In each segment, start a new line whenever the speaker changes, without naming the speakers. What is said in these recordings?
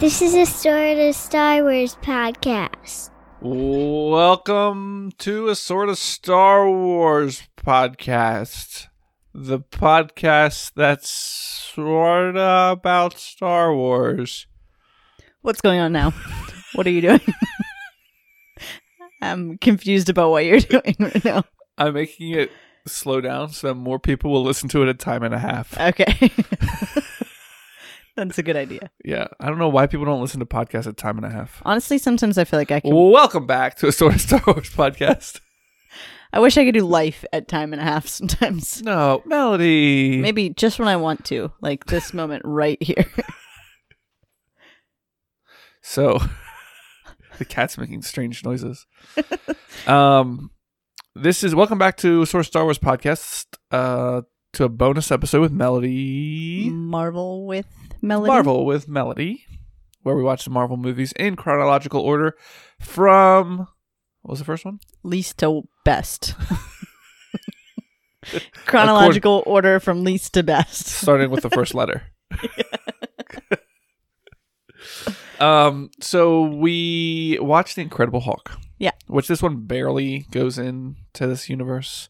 This is a Sort of Star Wars podcast.
Welcome to a sort of Star Wars podcast. The podcast that's sort of about Star Wars.
What's going on now? what are you doing? I'm confused about what you're doing right now.
I'm making it slow down so that more people will listen to it a time and a half.
Okay. That's a good idea.
Yeah, I don't know why people don't listen to podcasts a time and a half.
Honestly, sometimes I feel like I can.
Welcome back to a sort of Star Wars podcast.
I wish I could do life at time and a half sometimes.
No, Melody.
Maybe just when I want to, like this moment right here.
So the cat's making strange noises. um this is welcome back to Source Star Wars podcast uh to a bonus episode with Melody
Marvel with melody.
Marvel with Melody where we watch the Marvel movies in chronological order from what was the first one?
least to best. Chronological order from least to best.
starting with the first letter. um, so we watched The Incredible Hulk.
Yeah.
Which this one barely goes into this universe.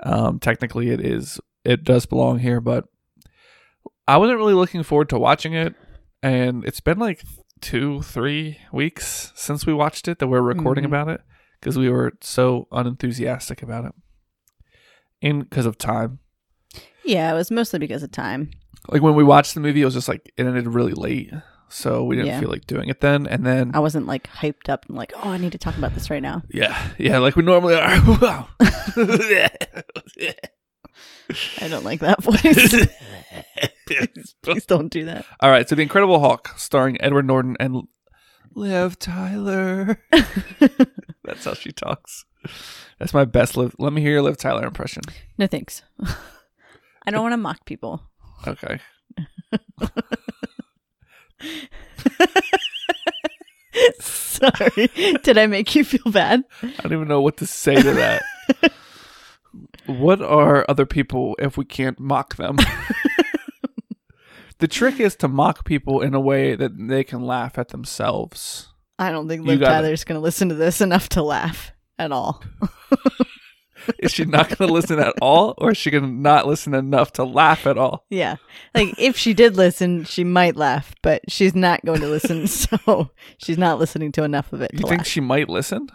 Um, technically, it is it does belong here, but I wasn't really looking forward to watching it, and it's been like two, three weeks since we watched it that we're recording
Mhm.
about it because we were so unenthusiastic about it, and because of time.
Yeah, it was mostly because of time.
like when we watched the movie, it was just like it ended really late, so we didn't
Yeah.
feel like doing it then. And then,
I wasn't like hyped up and like, oh, I need to talk about this right now.
yeah, yeah, like we normally are. Wow.
I don't like that voice. Please don't do that.
All right, so the Incredible Hulk, starring Edward Norton and Liv Tyler. That's how she talks. That's my best Liv. Let me hear your Liv Tyler impression.
No thanks. I don't want to mock people.
Okay.
Sorry. Did I make you feel bad?
I don't even know what to say to that. what are other people if we can't mock them? the trick is to mock people in a way that they can laugh at themselves.
I don't think
You
Liv
got it.
Tyler's going to listen to this enough to laugh at all.
Is she not going to listen at all, or is she going to not listen enough to laugh at all?
Yeah. Like if she did listen, she might laugh, but she's not going to listen, so she's not listening to enough of it
You
to
think
laugh.
she might listen?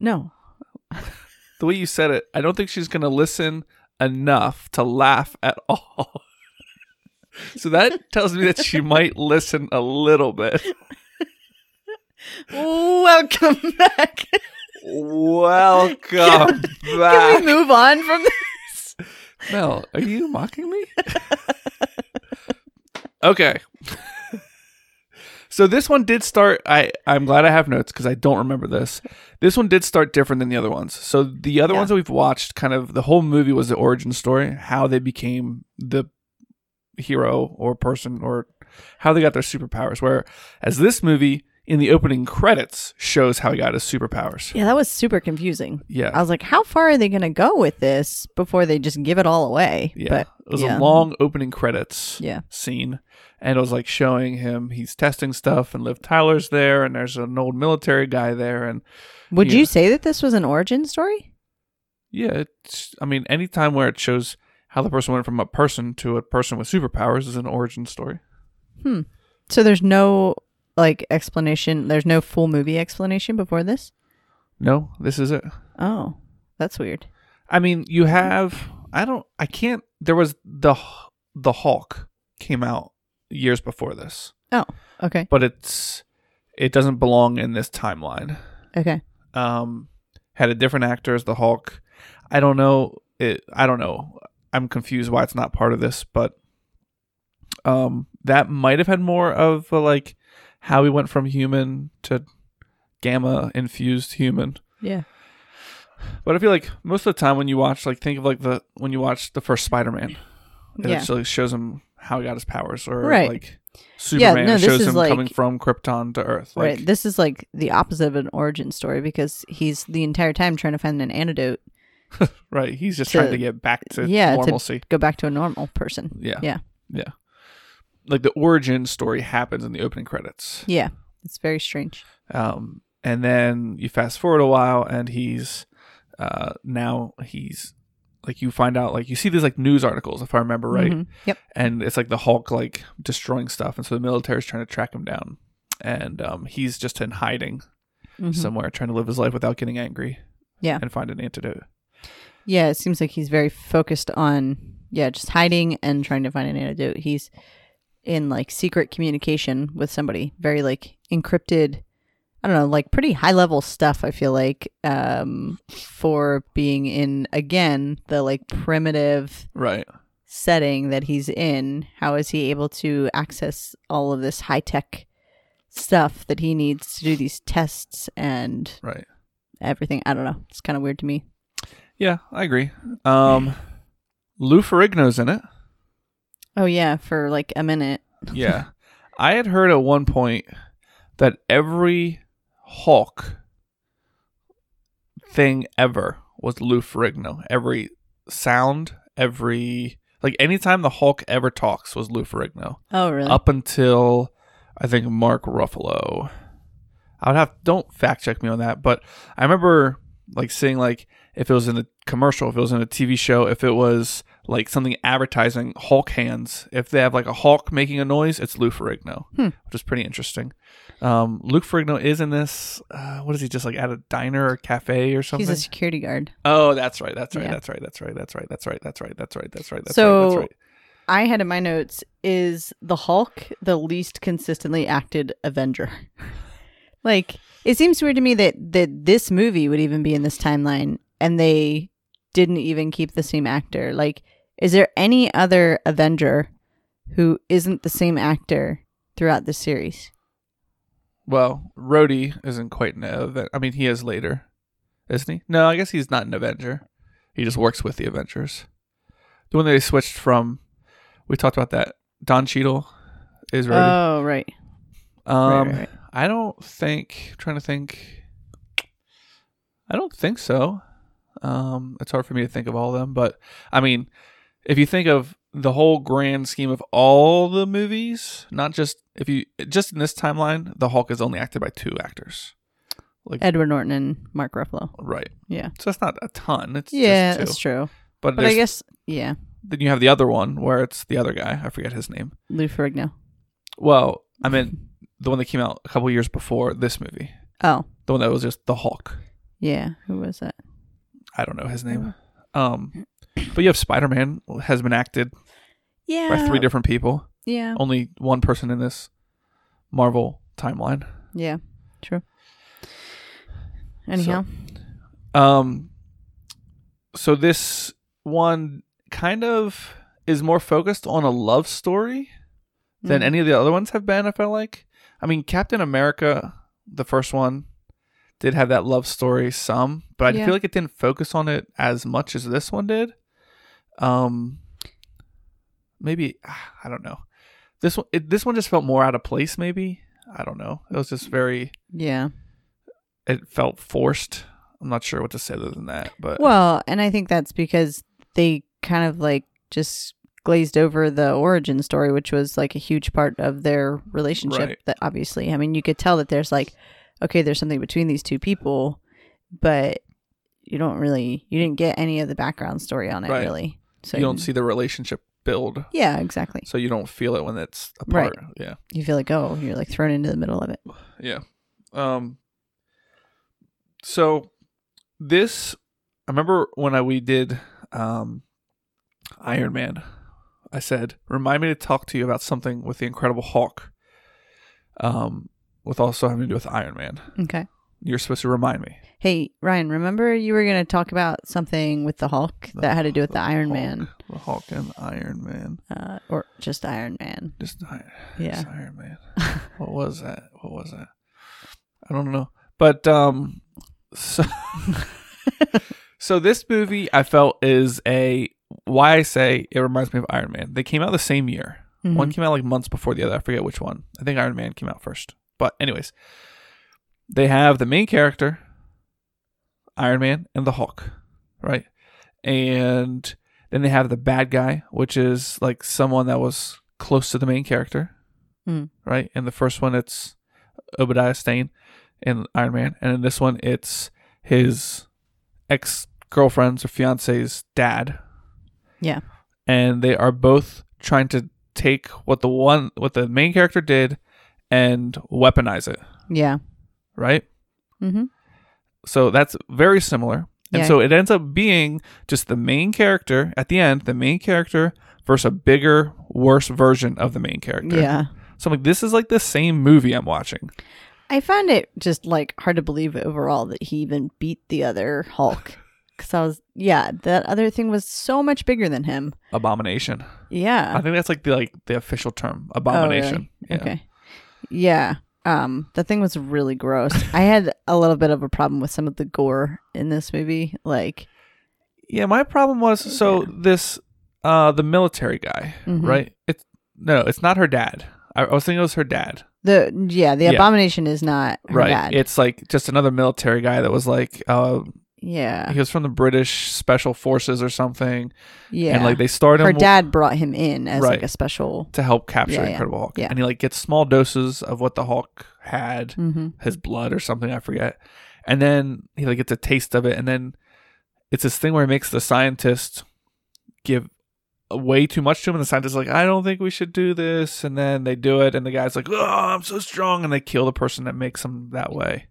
no.
The way you said it, I don't think she's going to listen enough to laugh at all. so that tells me that she might listen a little bit.
Welcome back.
Welcome back.
Can we move on from this?
Mel, are you mocking me? okay. so this one did start I I'm glad I have notes cuz I don't remember this. This one did start different than the other ones. So the other
Yeah.
ones that we've watched kind of the whole movie was the origin story, how they became the hero or person or how they got their superpowers where as this movie in the opening credits shows how he got his superpowers.
Yeah, that was super confusing.
Yeah.
I was like, how far are they going to go with this before they just give it all away?
Yeah.
But
it was
yeah.
a long opening credits
Yeah.
scene. And it was like showing him he's testing stuff and Liv Tyler's there and there's an old military guy there and
Would
Yeah.
you say that this was an origin story?
yeah, it's I mean anytime where it shows how the person went from a person to a person with superpowers is an origin story.
So there's no like explanation. There's no full movie explanation before this.
No, this is it.
Oh, that's weird.
I mean, you have I don't I can't there was the the Hulk came out years before this.
Oh, okay,
But it's it doesn't belong in this timeline.
okay.
um, had a different actor as the Hulk. I don't know. It, I don't know. I'm confused why it's not part of this, but um, that might have had more of a, like how we went from human to gamma infused human.
Yeah,
But I feel like most of the time when you watch, like, think of like the when you watch the first Spider Man, it
yeah.
actually shows him how he got his powers, or
Right.
like Superman it
no, this
shows
is
him
like-
coming from Krypton to Earth. Like,
right. This is like the opposite of an origin story because he's the entire time trying to find an antidote.
right. He's just
to-
trying to get back to
yeah, to
normalcy. Mm.
go back to a normal person.
Yeah.
Yeah.
Yeah. like the origin story happens in the opening credits.
Yeah. It's very strange.
Um, and then you fast forward a while, and he's uh, now he's like you find out like you see these like news articles if I remember right,
Mhm. Yep.
and it's like the Hulk like destroying stuff, and so the military's trying to track him down, and um, he's just in hiding
Mhm.
somewhere, trying to live his life without getting angry,
Yeah.
and find an antidote.
Yeah, it seems like he's very focused on yeah, just hiding and trying to find an antidote. He's in like secret communication with somebody, very like encrypted. I don't know, like pretty high level stuff. I feel like um, for being in again the like primitive
Right.
setting that he's in. How is he able to access all of this high tech stuff that he needs to do these tests and
Right.
everything? I don't know. It's kind of weird to me.
Yeah, I agree. Um, Lou Ferrigno's in it.
Oh yeah, for like a minute.
Yeah. I had heard at one point that every Hulk thing ever was Lou Ferrigno. Every sound, every like anytime the Hulk ever talks was Lou Ferrigno.
Oh, really?
Up until I think Mark Ruffalo. I would have don't fact check me on that, but I remember like seeing like if it was in a commercial, if it was in a TV show, if it was like something advertising Hulk hands. If they have like a Hulk making a noise, it's Lou Ferrigno,
Hmm.
which is pretty interesting. Um, Luke Ferrigno is in this. Uh, what is he just like at a diner or cafe or something?
He's a security guard.
oh, that's right. That's right.
Yeah.
That's right. That's right. That's right. That's right. That's right. That's right. That's right. That's right. That's
So-
right.
I had in my notes is the Hulk the least consistently acted Avenger. like it seems weird to me that that this movie would even be in this timeline and they didn't even keep the same actor. Like is there any other Avenger who isn't the same actor throughout the series?
Well, Rhodey isn't quite an Avenger. I mean, he is later, isn't he? No, I guess he's not an Avenger. He just works with the Avengers. The one that they switched from, we talked about that. Don Cheadle is Rhodey.
Oh, right.
um,
right, right.
I don't think. trying to think. I don't think so. Um, it's hard for me to think of all of them, but I mean, if you think of the whole grand scheme of all the movies, not just if you just in this timeline, the Hulk is only acted by two actors,
Edward Norton and Mark Ruffalo.
right?
Yeah.
So that's not a ton. It's
Yeah,
just two.
that's true.
But,
But I
there's-
guess yeah,
then you have the other one where it's the other guy. I forget his name.
Lou Ferrigno.
Well, I mean the one that came out a couple years before this movie,
Oh,
the one that was just the Hulk.
yeah. Who was that?
I don't know his name. Um, but you have Spider Man has been acted
Yeah.
by three different people.
Yeah.
Only one person in this Marvel timeline.
Yeah. True. Anyhow.
Um, so this one kind of is more focused on a love story than
Mm.
any of the other ones have been. I felt like. I mean, Captain America, the first one, did have that love story some, but I
Yeah.
feel like it didn't focus on it as much as this one did. Um, maybe ah, I don't know. This one, it, this one just felt more out of place. Maybe I don't know. It was just very.
Yeah.
It felt forced. I'm not sure what to say other than that, but
Well, and I think that's because they kind of like just glazed over the origin story, which was like a huge part of their relationship.
Right.
That obviously, I mean, you could tell that there's like, okay, there's something between these two people, but you don't really, you didn't get any of the background story on it
Right.
really. So
you don't see the relationship build,
Yeah, exactly.
so you don't feel it when it's
Right.
apart. Yeah,
You feel like, oh, you're like thrown into the middle of it.
yeah. Um. So, this I remember when I we did um, Iron Man. I said, "Remind me to talk to you about something with the Incredible Hulk." Um, with also having to do with Iron Man.
Okay.
You're supposed to remind me.
Hey, Ryan, remember you were going to talk about something with the Hulk that had to do with the, Iron
Hulk.
Man
the Hulk, and Iron Man.
uh, or just Iron Man.
Just Iron.
Yeah.
It's Iron Man. what was that? What was that? I don't know. But um so So this movie I felt is a why I say it reminds me of Iron Man. They came out the same year.
Mhm.
One came out like months before the other. I forget which one. I think Iron Man came out first. But anyways, they have the main character, Iron Man, and the Hulk, right? And then they have the bad guy, which is like someone that was close to the main character,
Mm.
right? In the first one, it's Obadiah Stane in Iron Man, and in this one, it's his ex girlfriend's or fiance's dad,
Yeah.
and they are both trying to take what the one what the main character did and weaponize it,
Yeah.
right?
Mm-hmm.
So that's very similar. And
Yeah.
so it ends up being just the main character at the end, the main character versus a bigger, worse version of the main character.
Yeah.
So I'm like, this is like the same movie I'm watching.
I found it just like hard to believe overall that he even beat the other Hulk. Cause I was, yeah, that other thing was so much bigger than him.
Abomination. I
Yeah.
think that's like the like the official term. Abomination. Yeah.
Oh, Okay. Yeah. Um, the thing was really gross. I had a little bit of a problem with some of the gore in this movie. Like,
Yeah, my problem was
Oh,
so this uh the military guy,
Mhm.
right? It's no, it's not her dad. I, I was thinking it was her dad.
the, yeah, the
Yeah.
abomination is not her
right.
bad.
It's like just another military guy that was like uh
yeah.
he was from the British special forces or something.
Yeah.
and like they start
her
him
dad brought him in as
Right.
like a special.
to help capture
Yeah, yeah.
Incredible Hulk,
Yeah.
and he like gets small doses of what the Hulk had,
Mm-hmm.
his blood or something, I forget, and then he like gets a taste of it, and then it's this thing where he makes the scientist give way too much to him, and the scientist's like, I don't think we should do this, and then they do it, and the guy's like, Oh, I'm so strong, and they kill the person that makes him that way.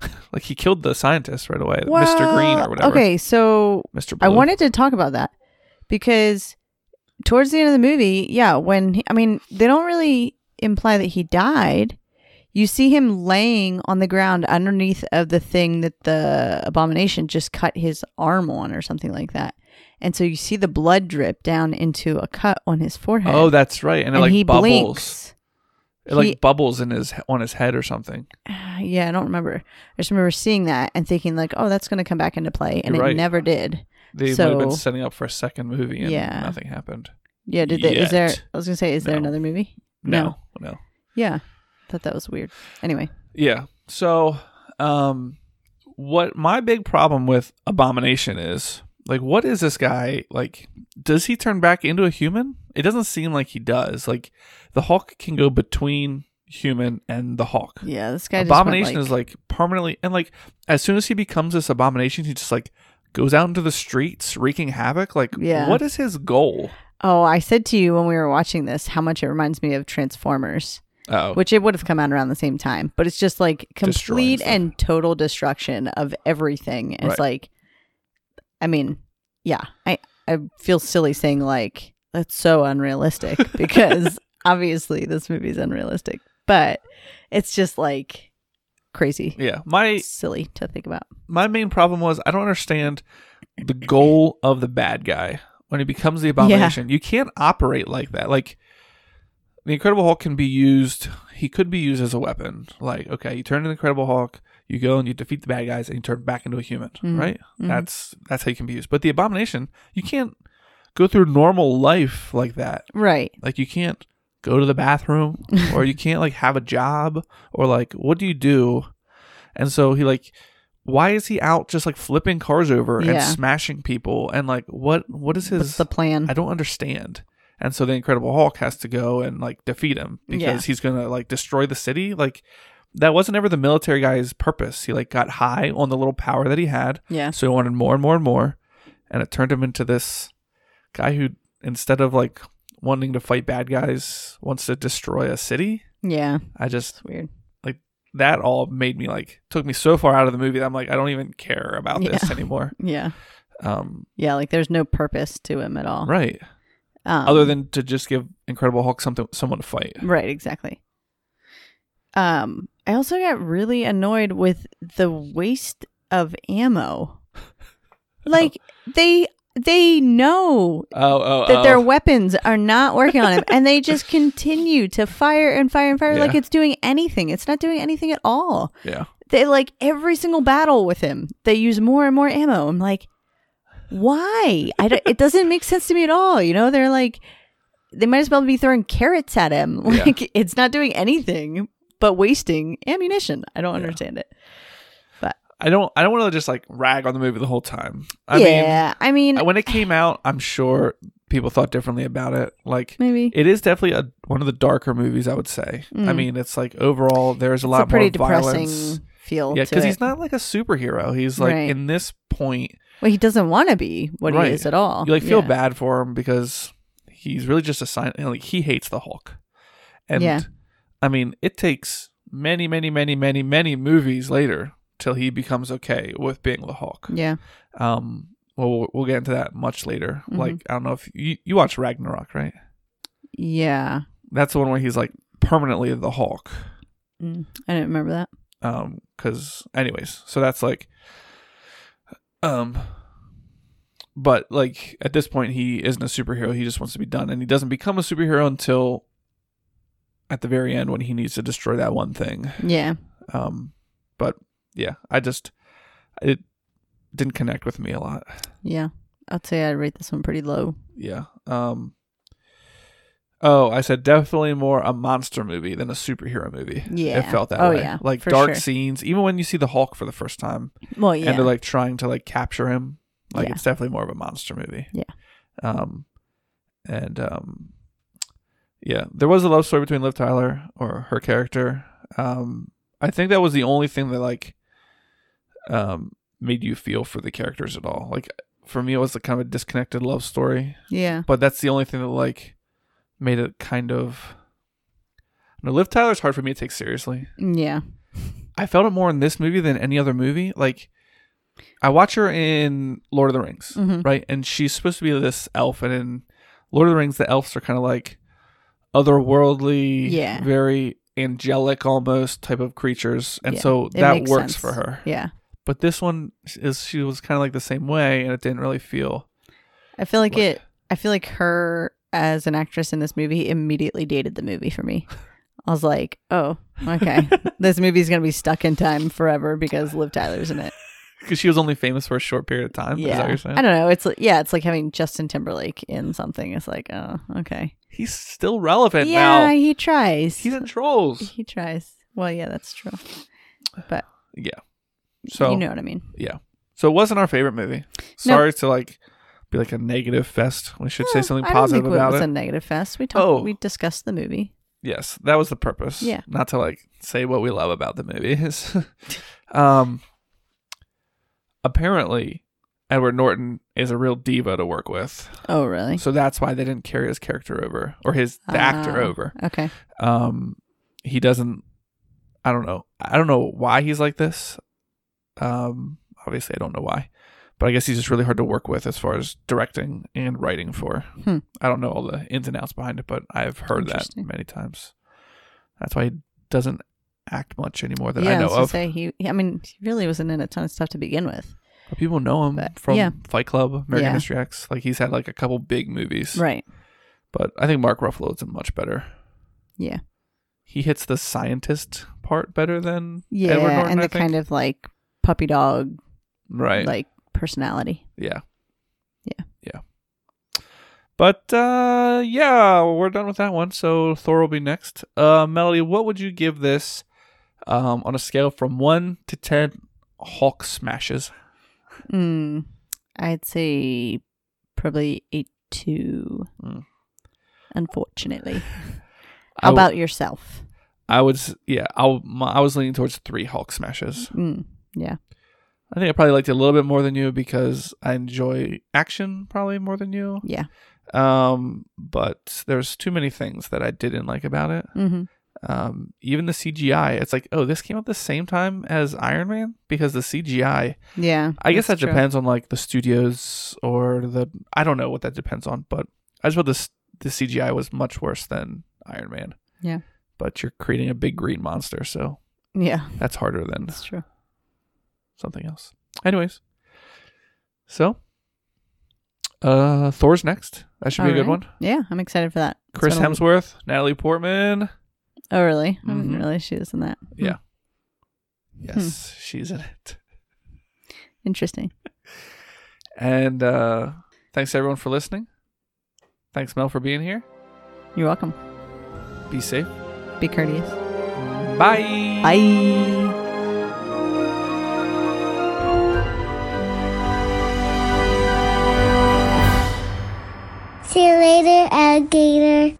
like he killed the scientist right away, Mr. Green or whatever.
Okay, so
Mr.
I
Blue.
wanted to talk about that because towards the end of the movie, yeah, when he, I mean, they don't really imply that he died. You see him laying on the ground underneath of the thing that the abomination just cut his arm on or something like that. And so you see the blood drip down into a cut on his forehead.
Oh, that's right, and, it
and
like
he
bubbles.
blinks.
It like
He-
bubbles in his on his head or something.
Yeah, I don't remember. I just remember seeing that and thinking like, "Oh, that's going to come back into play," and
You're
it
right.
never did.
They might have been
So-
setting up for a second movie and
Yeah.
nothing happened.
Yeah, did they, is there?
Yet.
I was gonna say, is there
No.
another movie?
No, no.
Yeah, thought that was weird. Anyway,
Yeah. So, um what my big problem with Abomination is, like what is this guy like does he turn back into a human? It doesn't seem like he does. Like the Hulk can go between human and the Hulk.
yeah, this guy.
abomination
just
is like permanently and like as soon as he becomes this abomination he just like goes out into the streets wreaking havoc like
Yeah.
what is his goal
Oh, I said to you when we were watching this how much it reminds me of Transformers,
oh
which it would have come out around the same time, but it's just like
Destroying
complete
stuff.
and total destruction of everything. And It's like, I mean, yeah, I I feel silly saying like that's so unrealistic because obviously this movie's unrealistic, but it's just like crazy,
yeah my
silly to think about.
my main problem was I don't understand the goal of the bad guy when he becomes the abomination. You can't operate like that. Like the Incredible Hulk can be used. He could be used as a weapon. Like okay, you turn into the Incredible Hulk, you go and you defeat the bad guys, and you turn back into a human.
Mhm.
Right?
Mhm.
That's that's how you can be used. But the abomination, you can't go through normal life like that.
Right.
Like you can't go to the bathroom or you can't like have a job or like what do you do? And so he like why is he out just like flipping cars over and
Yeah.
smashing people and like what what is
What's
his
the plan?
I don't understand. And so the Incredible Hulk has to go and like defeat him because
Yeah.
he's going to like destroy the city. Like that wasn't ever the military guy's purpose. He like got high on the little power that he had
yeah.
so he wanted more and more and more, and it turned him into this guy who, instead of like wanting to fight bad guys, wants to destroy a city.
Yeah.
I just
It's weird.
that all made me like took me so far out of the movie that I'm like I don't even care about this
Yeah.
anymore.
Yeah.
Um,
Yeah. Like there's no purpose to him at all.
right.
Um,
Other than to just give Incredible Hulk something someone to fight.
Right. Exactly. Um, I also got really annoyed with the waste of ammo.
Oh.
Like they they know
Oh, oh,
that
oh.
their weapons are not working on him and they just continue to fire and fire and fire
Yeah.
like it's doing anything. It's not doing anything at all.
yeah.
they like every single battle with him they use more and more ammo i'm like why I don't, it doesn't make sense to me at all you know they're like they might as well be throwing carrots at him
Yeah.
like it's not doing anything but wasting ammunition i don't
Yeah.
understand it
I don't. I don't want to just like rag on the movie the whole time. I mean,
yeah i mean
when it came out, I'm sure people thought differently about it. Like
Maybe
it is definitely a one of the darker movies. I would say. I
Mm.
mean, it's like overall there's a
It's
lot
a pretty
more
depressing
violence.
feel.
Yeah,
because
because he's not like a superhero. He's like
Right.
in this point,
Well, he doesn't want to be what
Right.
he is at all.
you like feel
Oh, Yeah.
bad for him because he's really just a sign. you know, Like he hates the Hulk, and
Yeah.
I mean, it takes many, many, many, many, many movies later till he becomes okay with being the Hulk.
Yeah.
Um, well, we'll, we'll get into that much later.
Mhm.
Like I don't know if you you watch Ragnarok, right?
Yeah.
That's the one where he's like permanently the Hulk.
Mm. I didn't remember that.
um because anyways so that's like um but like at this point he isn't a superhero he just wants to be done and he doesn't become a superhero until at the very end when he needs to destroy that one thing
Yeah.
um but yeah i just it didn't connect with me a lot
Yeah. I'd say I'd rate this one pretty low.
yeah um oh i said definitely more a monster movie than a superhero movie
Yeah.
it felt that
Oh,
way
yeah,
like
for
dark
sure.
scenes even when you see the hulk for the first time
Well, yeah.
and they're like trying to like capture him. Like
Yeah.
it's definitely more of a monster movie.
Yeah.
Um, and um, yeah, there was a love story between Liv Tyler or her character. Um, I think that was the only thing that like, um, made you feel for the characters at all. Like for me, it was a kind of a disconnected love story,
yeah.
but that's the only thing that like made it kind of. No, Liv Tyler's hard for me to take seriously.
Yeah.
I felt it more in this movie than any other movie. Like, I watch her in Lord of the Rings,
Mhm.
right? And she's supposed to be this elf, and in Lord of the Rings, the elves are kind of like otherworldly,
Yeah.
very angelic almost type of creatures, and
Yeah,
so
It
that
makes
works
sense.
for her.
Yeah.
But this one is she was kind of like the same way, and it didn't really feel
I feel like
Like-
it. I feel like her as an actress in this movie immediately dated the movie for me. I was like, oh, okay, this movie's gonna be stuck in time forever because Liv Tyler's in it.
because she was only famous for a short period of time. Is that what
Yeah,
you're saying?
I don't know. It's like, yeah, it's like having Justin Timberlake in something. It's like, oh, okay,
He's still relevant
yeah,
now.
he tries.
He's in Trolls.
he tries. Well, yeah, that's true. But
Yeah. So
you know what I mean.
So it wasn't our favorite movie.
No.
Sorry to like be like a negative fest. We should say
Well,
something
I don't
positive
think
about
it was
it.
a negative fest. We talked.
Oh.
We discussed the movie.
yes, that was the purpose.
Yeah.
Not to like say what we love about the movies. um apparently Edward Norton is a real diva to work with.
Oh, really?
So that's why they didn't carry his character over or his the actor
Ah,
over.
Okay.
Um he doesn't I don't know. I don't know why he's like this. Um, obviously, I don't know why, but I guess he's just really hard to work with as far as directing and writing for.
Hmm.
I don't know all the ins and outs behind it, but I've heard that
Interesting.
many times. That's why he doesn't act much anymore that
yeah,
I know
was gonna
of.
Say he, he- I mean, he really wasn't in a ton of stuff to begin with,
But people know him
But-
from
yeah.
Fight Club, American
Yeah.
History X. Like he's had like a couple big movies,
right?
but I think Mark Ruffalo's in much better.
Yeah,
He hits the scientist part better than
yeah,
Edward Norton,
and
I
the
think.
kind of like puppy dog
right.
like personality.
Yeah.
Yeah.
Yeah. But uh yeah, we're done with that one. So Thor will be next. Uh Melody, what would you give this um on a scale from 1 to 10 Hulk smashes?
Mm, I'd say probably eight two.
Mm.
Unfortunately,
I w-
about yourself.
I was yeah, I w- my- I was leaning towards 3 Hulk smashes.
Mm,
I think I probably liked it a little bit more than you because I enjoy action probably more than you.
yeah.
Um but there's too many things that I didn't like about it.
hmm
um, even the CGI. It's like, oh, this came out the same time as Iron Man because the CGI.
Yeah.
I guess that
that's true.
depends on like the studios or the. I don't know what that depends on, but I just felt this the CGI was much worse than Iron Man.
Yeah.
But you're creating a big green monster, so
Yeah,
that's harder than
that's true.
something else. Anyways, so uh, Thor's next. That should be a good
Alright.
one.
Yeah, I'm excited for that. It's
Chris
been a-
Hemsworth, Natalie Portman.
Oh, really? I didn't
Mhm.
realize she was in that.
Yeah.
Hmm,
Yes, she's in it.
Hmm. Interesting.
And uh, thanks everyone for listening. Thanks Mel for being here.
You're welcome.
Be safe.
Be courteous.
Bye.
Bye.
See you later, alligator.